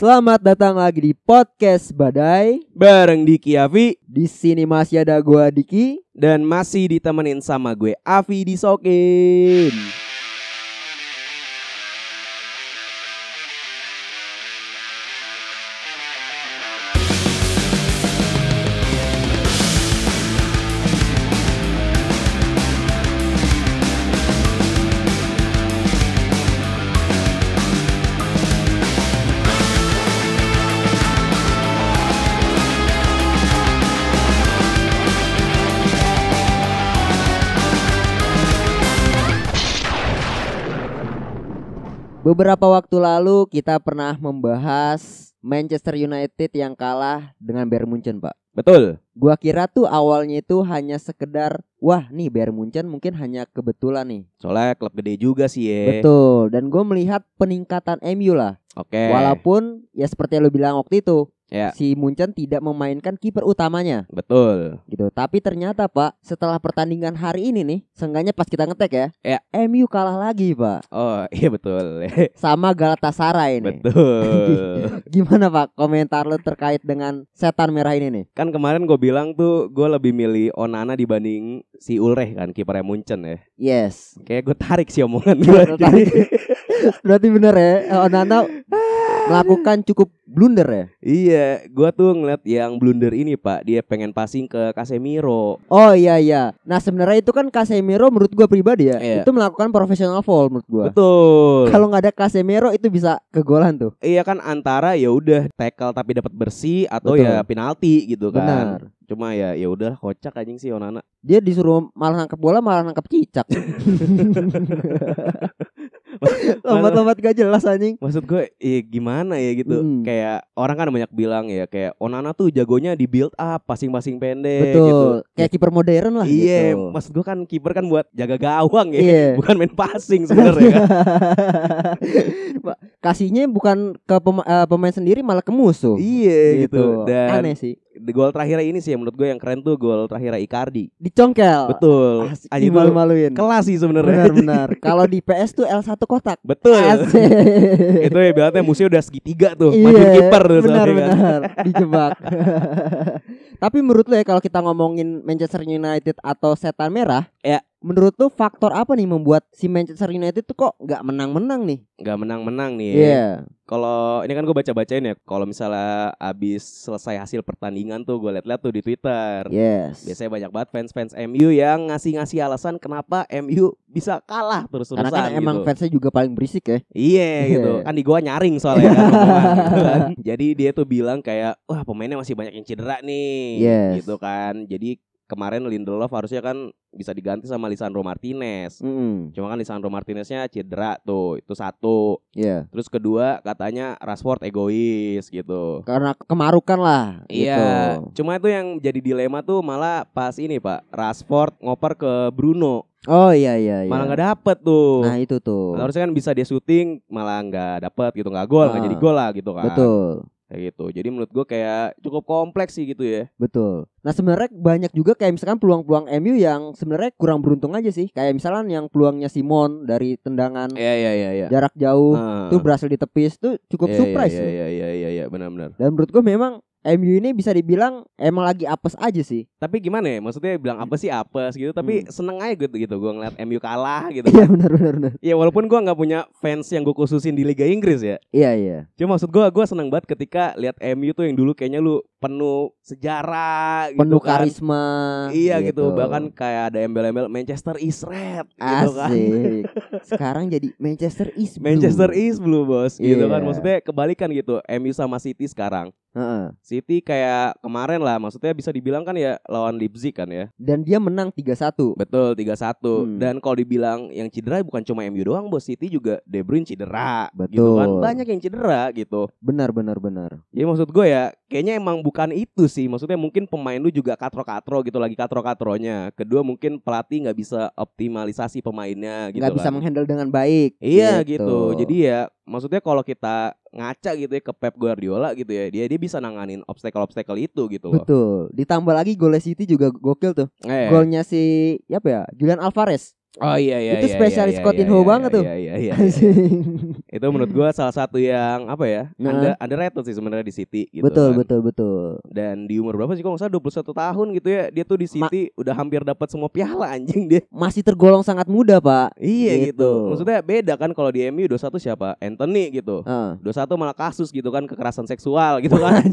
Selamat datang lagi di podcast Badai. bareng Diki Avi Di sini masih ada gua Diki. dan masih ditemenin sama gue Avi Disokin. Beberapa waktu lalu kita pernah membahas Manchester United yang kalah dengan Bayern Munchen, Pak. Betul. Gua kira tuh awalnya itu hanya sekedar wah nih Bayern Munchen mungkin hanya kebetulan nih. Soalnya klub gede juga sih ya. Betul. Dan gue melihat peningkatan MU lah. Oke. Walaupun ya seperti yang lu bilang waktu itu Eh. Ya. si Munchen tidak memainkan kiper utamanya Betul. gitu. Tapi ternyata Pak setelah pertandingan hari ini nih, seenggaknya pas kita ngetek ya, Ya. MU kalah lagi Pak Oh iya betul. sama Galatasaray ini. betul. Gimana Pak komentar lu terkait dengan setan merah ini nih? kan kemarin gue bilang tuh gue lebih milih Onana dibanding si Ulreh kan kipernya Munchen ya. Yes. Kayak gue tarik sih omongan gue. Lu tarik. Berarti bener ya, Onana melakukan cukup blunder ya. iya, gue tuh ngeliat yang blunder ini pak, dia pengen passing ke Casemiro. Oh iya iya. Nah sebenarnya itu kan Casemiro menurut gua pribadi ya, Iya. itu melakukan professional foul menurut gua. Betul. Kalau nggak ada Casemiro itu bisa kegolan tuh. Iya kan antara ya udah tackle tapi dapat bersih atau Betul. ya penalti gitu kan. Benar. Cuma ya ya udah kocak anjing sih Onana. Dia disuruh malah nangkep bola malah nangkep cicak. Lompat-lompat gak jelas anjing. Maksud gue ya gimana ya gitu. Mm. Kayak orang kan banyak bilang ya kayak Onana tuh jagonya di build up, passing-passing pendek gitu. Betul. Kayak kiper modern lah Iya, gitu. maksud gue kan kiper kan buat jaga gawang ya. Iya. Bukan main passing sebenarnya kan. Pak, Kasihnya bukan ke pema- eh, pemain sendiri malah ke musuh. iya gitu. Dan aneh sih. di gol terakhir ini sih yang menurut gue yang keren tuh gol terakhir Icardi. Dicongkel. Betul. Oh, Asik, Anjing tuh malu-maluin. kelas sih sebenarnya. Benar-benar. Kalau di PS tuh L1 kotak. Betul. Asik. itu ya berarti musuhnya udah segitiga tuh maju Iya, kiper tuh soalnya kan. benar-benar dijebak. Tapi menurut lo ya kalau kita ngomongin Manchester United atau setan merah, Ya. Menurut lo faktor apa nih membuat si Manchester United tuh kok nggak menang-menang nih? nggak menang-menang nih ya. Iya. kalau ini kan gue baca-bacain ya kalau misalnya abis selesai hasil pertandingan tuh gue liat-liat tuh di twitter Yes. biasanya banyak banget fans-fans MU yang ngasih-ngasih alasan kenapa MU bisa kalah terus-terusan Karena kan gitu. emang fansnya juga paling berisik ya. Iya gitu Iya. kan di gua nyaring soalnya kan, omongan gitu kan. Jadi dia tuh bilang kayak wah pemainnya masih banyak yang cedera nih Yes. gitu kan. Jadi kemarin Lindelof harusnya kan bisa diganti sama Lisandro Martinez. Mm-mm. Cuma kan Lisandro Martineznya cedera tuh itu satu. Iya. Terus kedua katanya Rashford egois gitu. Karena kemarukan lah. Iya, Gitu. cuma itu yang jadi dilema tuh malah pas ini pak Rashford ngoper ke Bruno, Oh iya iya. iya. malah nggak dapet tuh. Nah itu tuh. Harusnya kan bisa dia syuting malah nggak dapet gitu nggak gol nggak Ah. jadi gol lah gitu kan. Betul. Kayak gitu. Jadi menurut gue kayak cukup kompleks sih gitu ya. Betul. Nah sebenarnya banyak juga kayak misalkan peluang-peluang MU yang sebenarnya kurang beruntung aja sih. Kayak misalkan yang peluangnya Simon dari tendangan Iya iya iya iya. jarak jauh itu berhasil ditepis itu Ah. cukup surprise. Iya tuh. iya iya iya iya benar-benar. Dan menurut gue memang MU ini bisa dibilang emang lagi apes aja sih. Tapi gimana ya? Maksudnya bilang apa sih apes gitu, tapi seneng aja gitu gitu gue ngeliat MU kalah gitu. Hmm. Iya benar benar benar. ya walaupun gue nggak punya fans yang gue khususin di Liga Inggris ya. Iya iya. Cuma maksud gue gue seneng banget ketika lihat MU tuh yang dulu kayaknya lu penuh sejarah gitu Penuh kan. karisma. Iya gitu. bahkan kayak ada embel-embel Manchester is red gitu kan. Asik. Sekarang jadi Manchester is blue. Manchester is blue bos gitu kan Iya. maksudnya kebalikan gitu MU sama City sekarang Heeh. City kayak kemarin lah maksudnya bisa dibilang kan ya lawan Leipzig kan ya Dan dia menang 3-1. betul 3-1 Hmm. dan kalau dibilang yang cedera bukan cuma MU doang bos City juga De Bruyne cedera Betul. gitu kan banyak yang cedera gitu Benar benar benar. jadi maksud gue ya kayaknya emang bukan itu sih maksudnya mungkin pemain lu juga katro-katro gitu lagi katro-katronya kedua mungkin pelatih nggak bisa optimalisasi pemainnya gitu nggak kan. bisa menghandle dengan baik. Iya gitu. Jadi ya maksudnya kalau kita ngaca gitu ya ke Pep Guardiola gitu ya, dia dia bisa nanganin obstacle-obstacle itu gitu loh. betul. Ditambah lagi golnya City juga gokil tuh. Eh, Golnya si apa ya? Julian Alvarez. Oh iya iya Itu iya, spesialis iya, Scott iya, Inho iya, banget tuh. Iya iya iya. Asing. Itu menurut gua salah satu yang apa ya? Nah. Under underrated sih sebenarnya di City gitu. betul kan. betul betul Dan di umur berapa sih kalau enggak salah 21 tahun gitu ya, dia tuh di Ma- City udah hampir dapat semua piala anjing dia. masih tergolong sangat muda pak Iya gitu. Gitu. Maksudnya beda kan kalau di MU 21 siapa? Anthony gitu. Heeh. 21 malah kasus gitu kan kekerasan seksual gitu kan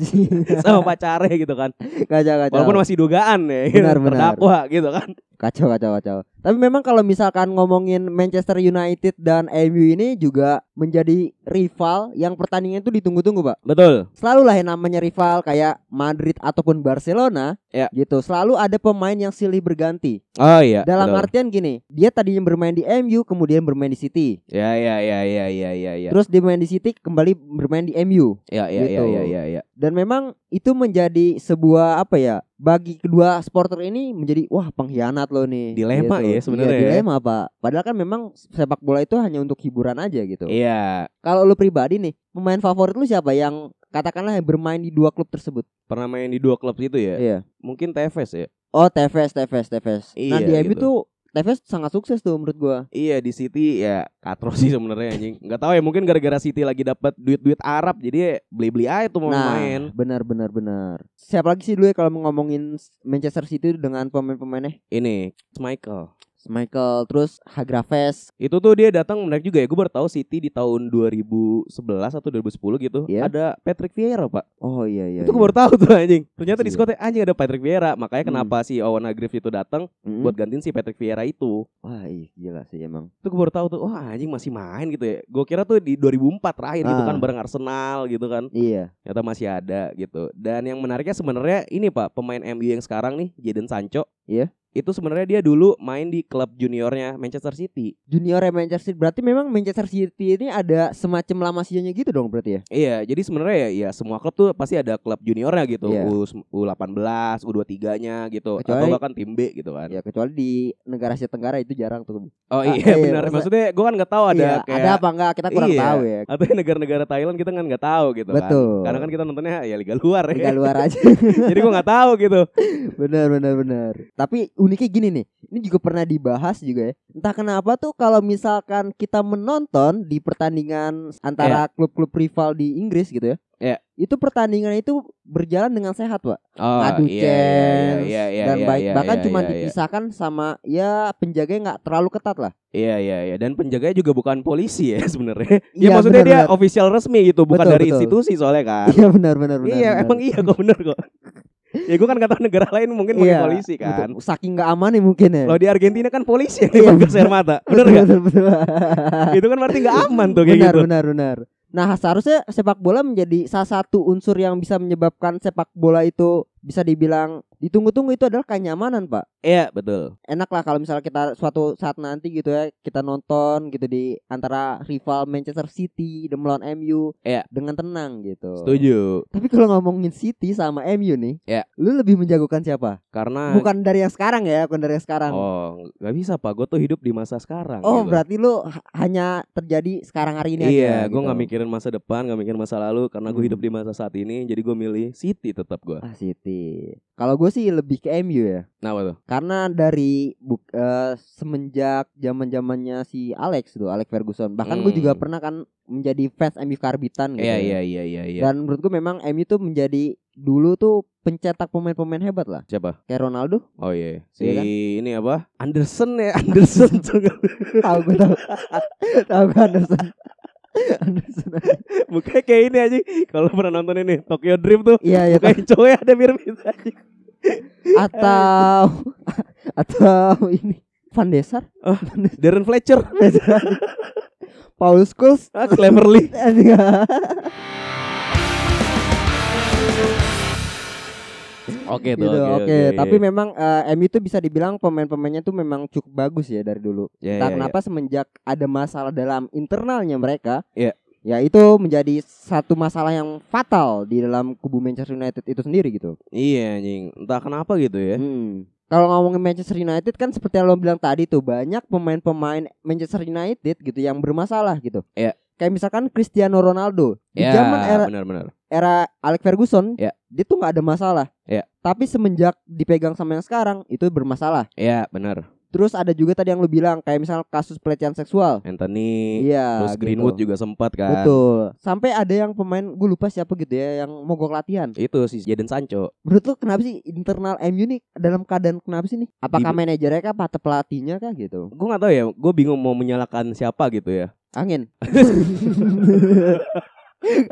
sama pacarnya gitu kan. kacau kacau Walaupun masih dugaan ya. gitu, Benar, benar. Terdakwa gitu kan. kacau kacau kacau tapi memang kalau misalkan ngomongin Manchester United dan MU ini juga menjadi rival yang pertandingan itu ditunggu-tunggu pak Betul. selalu lah yang namanya rival kayak Madrid ataupun Barcelona Ya. gitu selalu ada pemain yang silih berganti Oh iya. dalam betul. artian gini dia tadinya bermain di MU kemudian bermain di City Ya ya ya ya ya ya ya. terus dia main di City kembali bermain di MU Ya ya gitu. ya ya ya ya. dan memang itu menjadi sebuah apa ya bagi kedua supporter ini menjadi wah pengkhianat loh nih Dilema ya Iya, sebenarnya ya. dilema pak padahal kan memang sepak bola itu hanya untuk hiburan aja gitu Iya. kalau lu pribadi nih pemain favorit lu siapa yang katakanlah yang bermain di dua klub tersebut Pernah main di dua klub itu ya. iya Mungkin Tevez ya. oh Tevez Tevez Tevez nah Iya, di MU gitu. tuh Tevez sangat sukses tuh menurut gua Iya di City ya katro sih sebenarnya anjing. Enggak tahu ya mungkin gara-gara City lagi dapat duit-duit Arab jadi ya beli-beli aja tuh mau nah main. benar benar benar siapa lagi sih dulu ya kalau mau ngomongin Manchester City dengan pemain-pemainnya Ini Michael. Michael terus Hagraves Itu tuh dia datang menarik juga ya. Gue baru tahu City di tahun 2011 atau 2010 gitu. Iya. Ada Patrick Vieira, Pak. oh iya iya itu gue iya. baru tahu tuh anjing. Ternyata di Iya. Scott anjing ada Patrick Vieira. Makanya Hmm. kenapa si Owen Agriff itu datang Mm-mm. buat gantiin si Patrick Vieira itu. Wah, ih, gila sih emang. Itu gue baru tahu tuh, wah anjing masih main gitu ya. Gue kira tuh di 2004 terakhir gitu Ah. kan bareng Arsenal gitu kan. Iya. Ternyata masih ada gitu. Dan yang menariknya sebenarnya ini Pak, pemain MU yang sekarang nih, Jadon Sancho. Iya. Itu sebenarnya dia dulu main di klub juniornya Manchester City. Junior ya Manchester City berarti memang Manchester City ini ada semacam lama sinyanya gitu dong berarti ya. Iya, jadi sebenarnya ya, ya semua klub tuh pasti ada klub juniornya gitu, Iya. U U18, U23-nya gitu, atau Kecuali- bahkan tim B gitu kan. Ya kecuali di negara Asia Tenggara itu jarang tuh. Oh Ah, iya, iya, benar. masa- Maksudnya gua kan nggak tahu ada Iya, kayak ada apa enggak kita kurang Iya. tahu ya. atau negara-negara Thailand kita kan nggak tahu gitu kan. Betul. Karena kan kita nontonnya ya liga luar ya. Liga luar aja. jadi gua nggak tahu gitu. benar benar benar. Tapi uniknya gini nih, ini juga pernah dibahas juga ya. Entah kenapa tuh kalau misalkan kita menonton di pertandingan antara klub-klub rival di Inggris gitu ya. Iya. Itu pertandingan itu berjalan dengan sehat, Pak. Oh, adu chance dan baik bahkan cuma iya, dipisahkan sama ya penjaga nggak terlalu ketat lah Iya iya iya dan penjaganya juga bukan polisi ya sebenarnya. Iya, Iya maksudnya benar, dia official resmi gitu, bukan Betul, dari betul. institusi soalnya kan. iya benar benar benar iya, benar. emang iya kok bener kok. ya gue kan nggak tahu negara lain mungkin pakai Iya, polisi kan. betul. saking nggak aman nih mungkin ya Kalau di Argentina kan polisi yang Iya, nembak bener. gas air mata. Bener nggak? betul, betul, betul. Itu kan berarti nggak aman tuh kayak benar gitu. benar benar nah seharusnya sepak bola menjadi salah satu unsur yang bisa menyebabkan sepak bola itu bisa dibilang ditunggu-tunggu itu adalah kenyamanan pak Iya betul. enak lah kalau misalnya kita suatu saat nanti gitu ya kita nonton gitu di antara rival Manchester City dan melawan MU Iya. dengan tenang gitu Setuju. Tapi kalau ngomongin City sama MU nih, Ya. lu lebih menjagokan siapa? Karena Bukan dari yang sekarang ya, bukan dari yang sekarang. Oh, oh nggak bisa pak. Gue tuh hidup di masa sekarang. gitu. berarti lu ha- hanya terjadi sekarang hari ini aja. Iya, gue gitu. nggak mikirin masa depan, nggak mikirin masa lalu, karena gue Hmm. hidup di masa saat ini. Jadi gue milih City tetap gue. Ah City. Kalau gue sih lebih ke MU ya. Nah, apa tuh? Karena dari buk, eh, semenjak zaman zamannya si Alex tuh, Alex Ferguson. Bahkan gue Hmm. juga pernah kan menjadi fans MU Karbitan gitu. Iya, ya. iya, iya, iya, iya. Dan menurut gue memang MU tuh menjadi dulu tuh pencetak pemain-pemain hebat lah. Siapa? Kayak Ronaldo, Oh iya, si Iya kan? ini apa? Anderson ya, Anderson. tahu gue tahu. tahu gue Anderson. Anderson. Mukanya kayak ini aja. Kalau pernah nonton ini Tokyo Drift tuh, Iya iya. mukanya cowoknya ada mirip-mirip aja. Atau atau ini Van Desar, Darren Fletcher, Paul Scholes. ah, Cleverly. Anjing. Oke gitu, oke. Tapi memang eh, MU itu bisa dibilang pemain-pemainnya tuh memang cukup bagus ya dari dulu. ya, Entah kenapa semenjak ada masalah dalam internalnya mereka, Iya. ya itu menjadi satu masalah yang fatal di dalam kubu Manchester United itu sendiri gitu. Iya, anjing. Entah kenapa gitu ya. Hmm. Kalau ngomongin Manchester United kan seperti yang lo bilang tadi tuh banyak pemain-pemain Manchester United gitu yang bermasalah gitu. Iya. Kayak misalkan Cristiano Ronaldo di Ya, zaman era benar-benar. era Alex Ferguson, Iya. dia tuh nggak ada masalah. Iya. Tapi semenjak dipegang sama yang sekarang itu bermasalah. Iya, benar. Terus ada juga tadi yang lu bilang kayak misal kasus pelecehan seksual. Anthony Iya. terus gitu. Greenwood juga sempat kan Betul. Sampai ada yang pemain gue lupa siapa gitu ya yang mogok latihan. itu si Jadon Sancho Menurut lu kenapa sih internal MU nih dalam keadaan kenapa sih nih? Apakah Di- manajernya kah atau pelatihnya kah gitu? gue nggak tahu ya gue bingung mau menyalahkan siapa gitu ya Angin.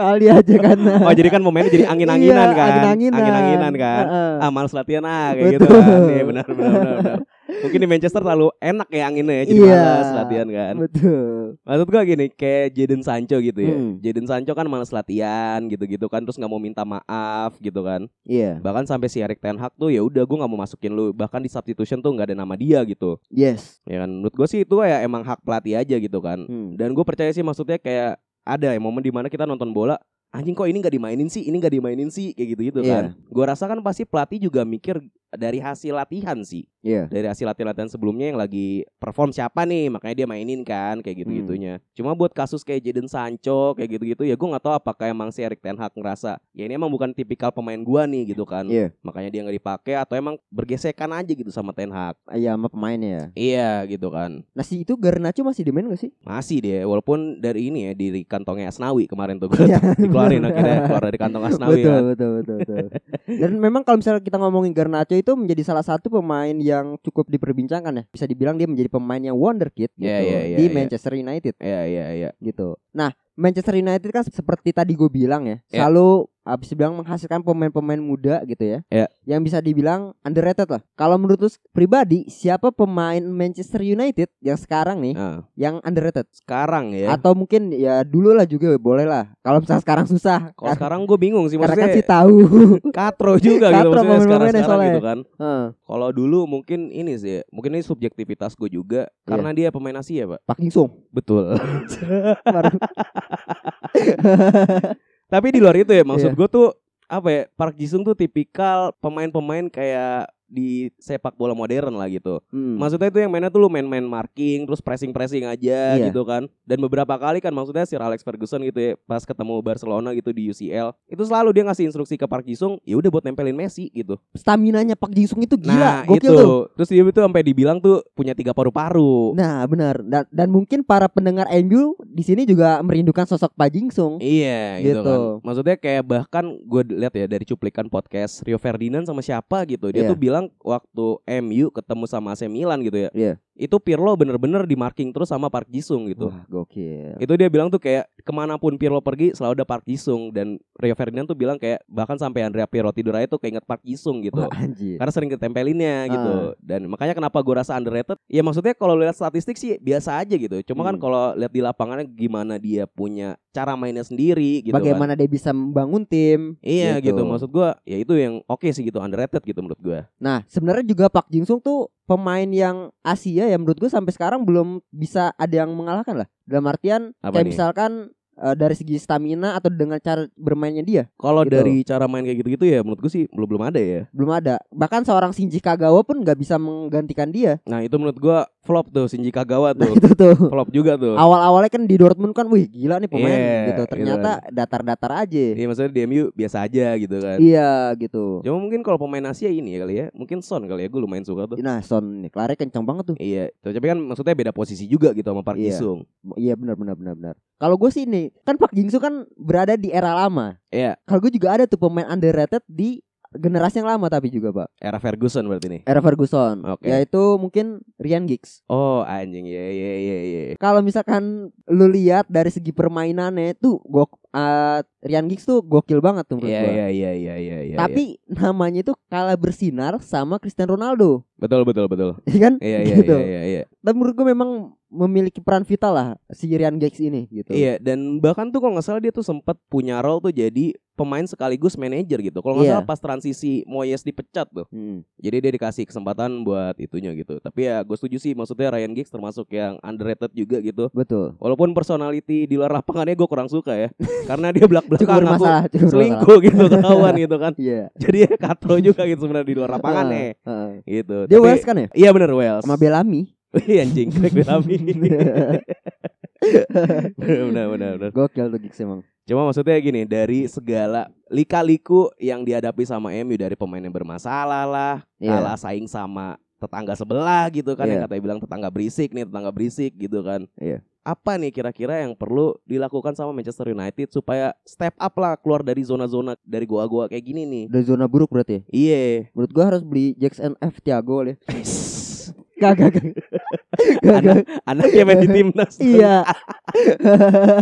Kali aja kan. oh jadi kan momennya jadi angin-anginan Iya, kan Angin-anginan. angin-anginan kan Heeh. ah males latihan ah kayak gitu Betul. kan iya benar benar benar, benar. mungkin di Manchester terlalu enak ya anginnya ya jadi Iya. malas latihan kan Betul. maksud gua gini kayak Jadon Sancho gitu ya Hmm. Jadon Sancho kan malas latihan gitu-gitu kan terus nggak mau minta maaf gitu kan Iya. bahkan sampai si Erik Ten Hag tuh ya udah gua nggak mau masukin lu bahkan di substitution tuh nggak ada nama dia gitu Yes. ya kan menurut gua sih itu ya emang hak pelatih aja gitu kan Hmm. dan gue percaya sih maksudnya kayak ada ya momen dimana kita nonton bola anjing kok ini nggak dimainin sih ini nggak dimainin sih kayak gitu gitu kan gue rasa kan pasti pelatih juga mikir dari hasil latihan sih Iya. dari hasil latihan latihan sebelumnya yang lagi perform siapa nih makanya dia mainin Hmm. kan kayak gitu gitunya cuma buat kasus kayak Jadon Sancho kayak gitu gitu ya gue nggak tahu apakah emang si Erik Ten Hag ngerasa ya ini emang bukan tipikal pemain gua nih gitu kan Iya. makanya dia nggak dipakai atau emang bergesekan aja gitu sama Ten Hag Iya sama pemainnya ya. iya gitu kan Nah si itu Garnacho masih di main gak sih? Masih dia, walaupun dari ini ya dari kantongnya Asnawi kemarin tuh gue dikeluarin akhirnya keluar dari kantong Iya. Asnawi betul, kan. betul, betul, betul. Dan memang kalau misalnya kita ngomongin Garnacho itu menjadi salah satu pemain yang cukup diperbincangkan ya. Bisa dibilang dia menjadi pemain yang wonderkid gitu Iya, iya, iya, di iya. Manchester United Iya iya iya. gitu. Nah, Manchester United kan seperti tadi gue bilang ya, Iya. selalu habis bilang menghasilkan pemain-pemain muda gitu ya. Iya. Yang bisa dibilang underrated lah. Kalau menurut lu pribadi, siapa pemain Manchester United yang sekarang nih Nah, yang underrated? sekarang ya. Atau mungkin ya dulu lah juga boleh lah. Kalau misalnya sekarang susah. Kalau sekarang gue bingung sih karena kan maksudnya sih tahu. katro juga Katro gitu maksudnya sekarang pemain-pemainnya sekarang soalnya. gitu kan. Heeh. Kalau dulu mungkin ini sih, mungkin ini subjektivitas gue juga Iya. karena dia pemain Asia, Pak. Pak King Sung. Betul. Baru- Tapi di luar itu ya maksud Iya. gue tuh apa ya? Park Jisung tuh tipikal pemain-pemain kayak di sepak bola modern lah gitu. Hmm. Maksudnya itu yang mainnya tuh lu main-main marking terus pressing-pressing aja Iya. gitu kan. Dan beberapa kali kan maksudnya Sir Alex Ferguson gitu ya pas ketemu Barcelona gitu di UCL, itu selalu dia ngasih instruksi ke Park Ji-sung, ya udah buat nempelin Messi gitu. Staminanya Pak Jing Sung itu nah, gila, itu. gokil tuh. Terus dia itu sampai dibilang tuh punya tiga paru-paru. Nah, benar. Dan, dan mungkin para pendengar MU di sini juga merindukan sosok Pak Jing Sung. Iya gitu, Gitu. kan Maksudnya kayak bahkan gue lihat ya dari cuplikan podcast Rio Ferdinand sama siapa gitu Dia Iya. tuh bilang waktu MU ketemu sama AC Milan gitu ya Iya. Itu Pirlo bener-bener di marking terus sama Park Ji-sung gitu Wah, gokil. itu dia bilang tuh kayak kemanapun Pirlo pergi selalu ada Park Jisung dan Rio Ferdinand tuh bilang kayak bahkan sampai Andrea Pirlo tidur aja tuh keinget Park Jisung gitu Wah, anjir. karena sering Ah. ketempelinnya gitu dan makanya kenapa gue rasa underrated ya maksudnya kalau lihat statistik sih biasa aja gitu cuma Hmm. kan kalau lihat di lapangannya gimana dia punya cara mainnya sendiri gitu kan. Bagaimana dia bisa membangun tim? iya gitu. gitu. maksud gue ya itu yang oke sih gitu underrated gitu menurut gue Nah, sebenarnya juga Pak Jing Sung tuh pemain yang Asia yang menurut gue sampai sekarang belum bisa ada yang mengalahkan lah. Dalam artian Apa kayak nih? misalkan eh, dari segi stamina atau dengan cara bermainnya dia kalau Gitu. dari cara main kayak gitu-gitu ya menurut gue sih belum belum ada ya belum ada. Bahkan seorang Shinji Kagawa pun nggak bisa menggantikan dia. nah itu menurut gue flop tuh Shinji Kagawa Nah, tuh itu tuh. flop juga tuh Awal-awalnya kan di Dortmund kan, wih gila nih pemain Iya, gitu. gitu Ternyata datar-datar aja. Iya maksudnya di MU biasa aja gitu kan. Iya gitu. Cuma mungkin kalau pemain Asia ini ya kali ya, mungkin Son kali ya, gue lumayan suka tuh. Nah, Son nih, kelarnya kencang banget tuh. Iya, tuh, tapi kan maksudnya beda posisi juga gitu sama Park Iya. Ji-sung. Iya benar benar benar benar. Kalau gue sih ini kan Pak Jingsu kan berada di era lama. Iya. Kalau gue juga ada tuh pemain underrated di generasi yang lama tapi juga pak. Era Ferguson berarti nih. Era Ferguson. Oke. Yaitu mungkin Ryan Giggs. Oh anjing, iya iya iya iya. Kalau misalkan lu lihat dari segi permainannya tuh gok eh, Ryan Giggs tuh gokil banget tuh menurut Iya gua. iya iya iya iya. iya, iya. Tapi namanya itu kalah bersinar sama Cristiano Ronaldo, betul betul betul. ya kan? Iya iya gitu. iya iya. iya. Tapi menurut gue memang memiliki peran vital lah si Ryan Giggs ini gitu. Iya dan bahkan tuh kalau nggak salah dia tuh sempat punya role tuh jadi pemain sekaligus manajer gitu. Kalau nggak Iya. salah pas transisi Moyes dipecat tuh. Hmm. Jadi dia dikasih kesempatan buat itunya gitu. Tapi ya gue setuju sih maksudnya Ryan Giggs termasuk yang underrated juga gitu. Betul. Walaupun personality di luar lapangannya gue kurang suka ya Karena dia belak-belakan Cukup ngaku bermasalah, cukup bermasalah. selingkuh gitu ketahuan gitu kan Iya. Jadi ya katro juga gitu sebenarnya di luar lapangannya Heeh. gitu ya? Dia Tapi- Wales kan ya? Iya bener Wales Sama Bellamy. Iya anjing Craig Bellamy Iya, Bener bener bener Gokil tuh Giggs emang. Cuma maksudnya gini Dari segala lika-liku yang dihadapi sama MU Dari pemain yang bermasalah lah Iya. Kalah saing sama tetangga sebelah gitu kan yang Iya. katanya bilang tetangga berisik nih tetangga berisik gitu kan Iya. apa nih kira-kira yang perlu dilakukan sama Manchester United supaya step up lah keluar dari zona-zona dari goa-goa kayak gini nih Dari zona buruk berarti. ya? iya Menurut gua harus beli Jackson F Tiago ya. Kagak kagak. Kagak. anaknya main di timnas Iya.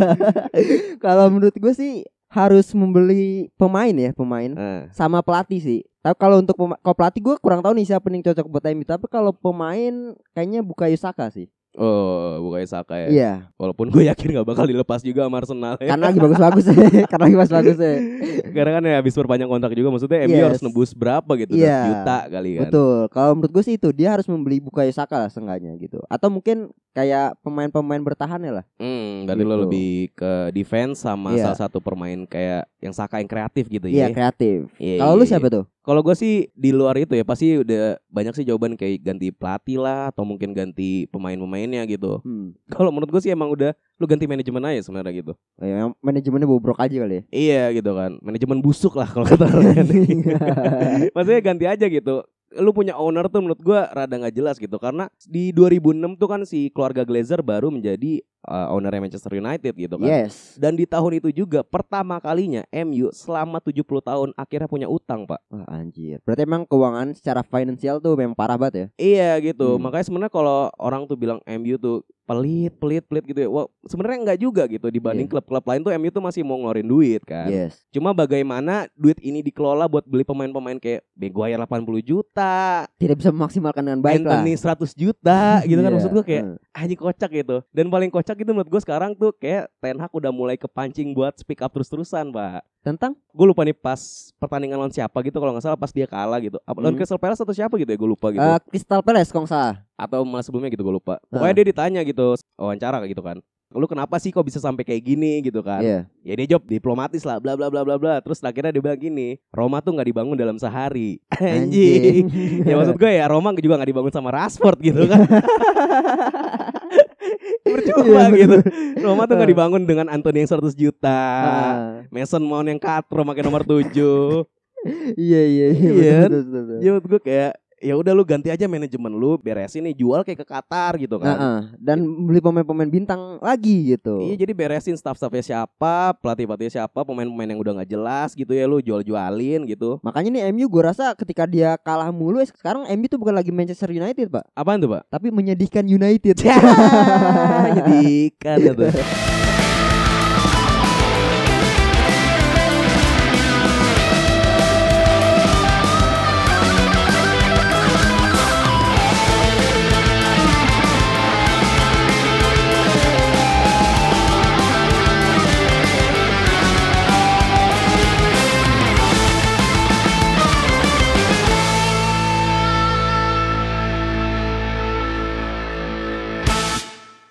Kalau menurut gue sih harus membeli pemain ya, pemain Eh, sama pelatih sih. Tapi kalau untuk pema- kalau pelatih gue kurang tahu nih siapa nih yang cocok buat MU. Tapi kalau pemain kayaknya buka Yusaka sih. oh bukannya Saka ya Iya, walaupun gue yakin gak bakal dilepas juga sama Arsenal ya. karena lagi bagus-bagus ya. karena lagi bagus-bagus ya. Karena kan ya habis perpanjang kontrak juga maksudnya MU Yes. harus nebus berapa gitu 10 Iya. juta kali kan. Betul. Kalau menurut gue sih itu dia harus membeli buka Yusaka lah seenggaknya gitu. Atau mungkin kayak pemain-pemain bertahan ya lah. Hmm, berarti lo Gitu. lebih ke defense sama Iya. salah satu pemain kayak yang Saka yang kreatif gitu Iya, ya. kreatif. Iya, Kalau iya, lu iya. siapa tuh? Kalau gue sih di luar itu ya pasti udah banyak sih jawaban kayak ganti pelatih lah atau mungkin ganti pemain-pemainnya gitu. Hmm. Kalau menurut gue sih emang udah lu ganti manajemen aja sebenarnya gitu. Oh, ya, manajemennya bobrok aja kali ya. Iya gitu kan. Manajemen busuk lah kalau kata orang. Maksudnya ganti aja gitu. Lu punya owner tuh menurut gua rada nggak jelas gitu karena di 2006 tuh kan si keluarga Glazer baru menjadi uh, ownernya Manchester United gitu kan. Yes. Dan di tahun itu juga pertama kalinya MU selama 70 tahun akhirnya punya utang, Pak. Wah, anjir. Berarti emang keuangan secara finansial tuh memang parah banget ya. Iya gitu. Hmm. Makanya sebenarnya kalau orang tuh bilang MU tuh pelit, pelit, pelit gitu ya. Wah, sebenarnya nggak juga gitu dibanding klub-klub lain tuh MU tuh masih mau ngeluarin duit kan. Yes. Cuma bagaimana duit ini dikelola buat beli pemain-pemain kayak Maguire 80 juta, Tidak bisa memaksimalkan dengan baik lah. Anthony 100 juta gitu kan Iya, maksud gue kayak eh. anjing kocak gitu. Dan paling kocak itu menurut gue sekarang tuh kayak Ten Hag udah mulai kepancing buat speak up terus-terusan, Pak. tentang Gue lupa nih pas pertandingan lawan siapa gitu kalau nggak salah pas dia kalah gitu. Apa lawan Hmm. Crystal Palace atau siapa gitu ya gue lupa gitu. eh, Crystal Palace kalau nggak salah. atau malah sebelumnya gitu gue lupa. Pokoknya dia ditanya gitu wawancara gitu kan. Lu kenapa sih kok bisa sampai kayak gini gitu kan? Iya. Ya dia jawab diplomatis lah bla bla bla bla bla. Terus akhirnya dia bilang gini, Roma tuh nggak dibangun dalam sehari. Anjing. ya maksud gue ya Roma juga nggak dibangun sama Rashford gitu kan percuma Iya, gitu Roma tuh nggak dibangun dengan Anthony yang 100 juta Ah, Mason Mount yang katro pakai nomor 7 iya iya iya. Iya. betul, betul, betul. ya menurut gue kayak ya udah lu ganti aja manajemen lu beresin nih jual kayak ke Qatar gitu Ah, kan ah. dan beli pemain-pemain bintang lagi gitu. Iya jadi beresin staff-staffnya siapa, pelatih-pelatihnya siapa, pemain-pemain yang udah nggak jelas gitu ya lu jual-jualin gitu. Makanya nih MU gue rasa ketika dia kalah mulu eh, sekarang MU tuh bukan lagi Manchester United, Pak, Apaan tuh pak? tapi menyedihkan United. Jadi kan itu.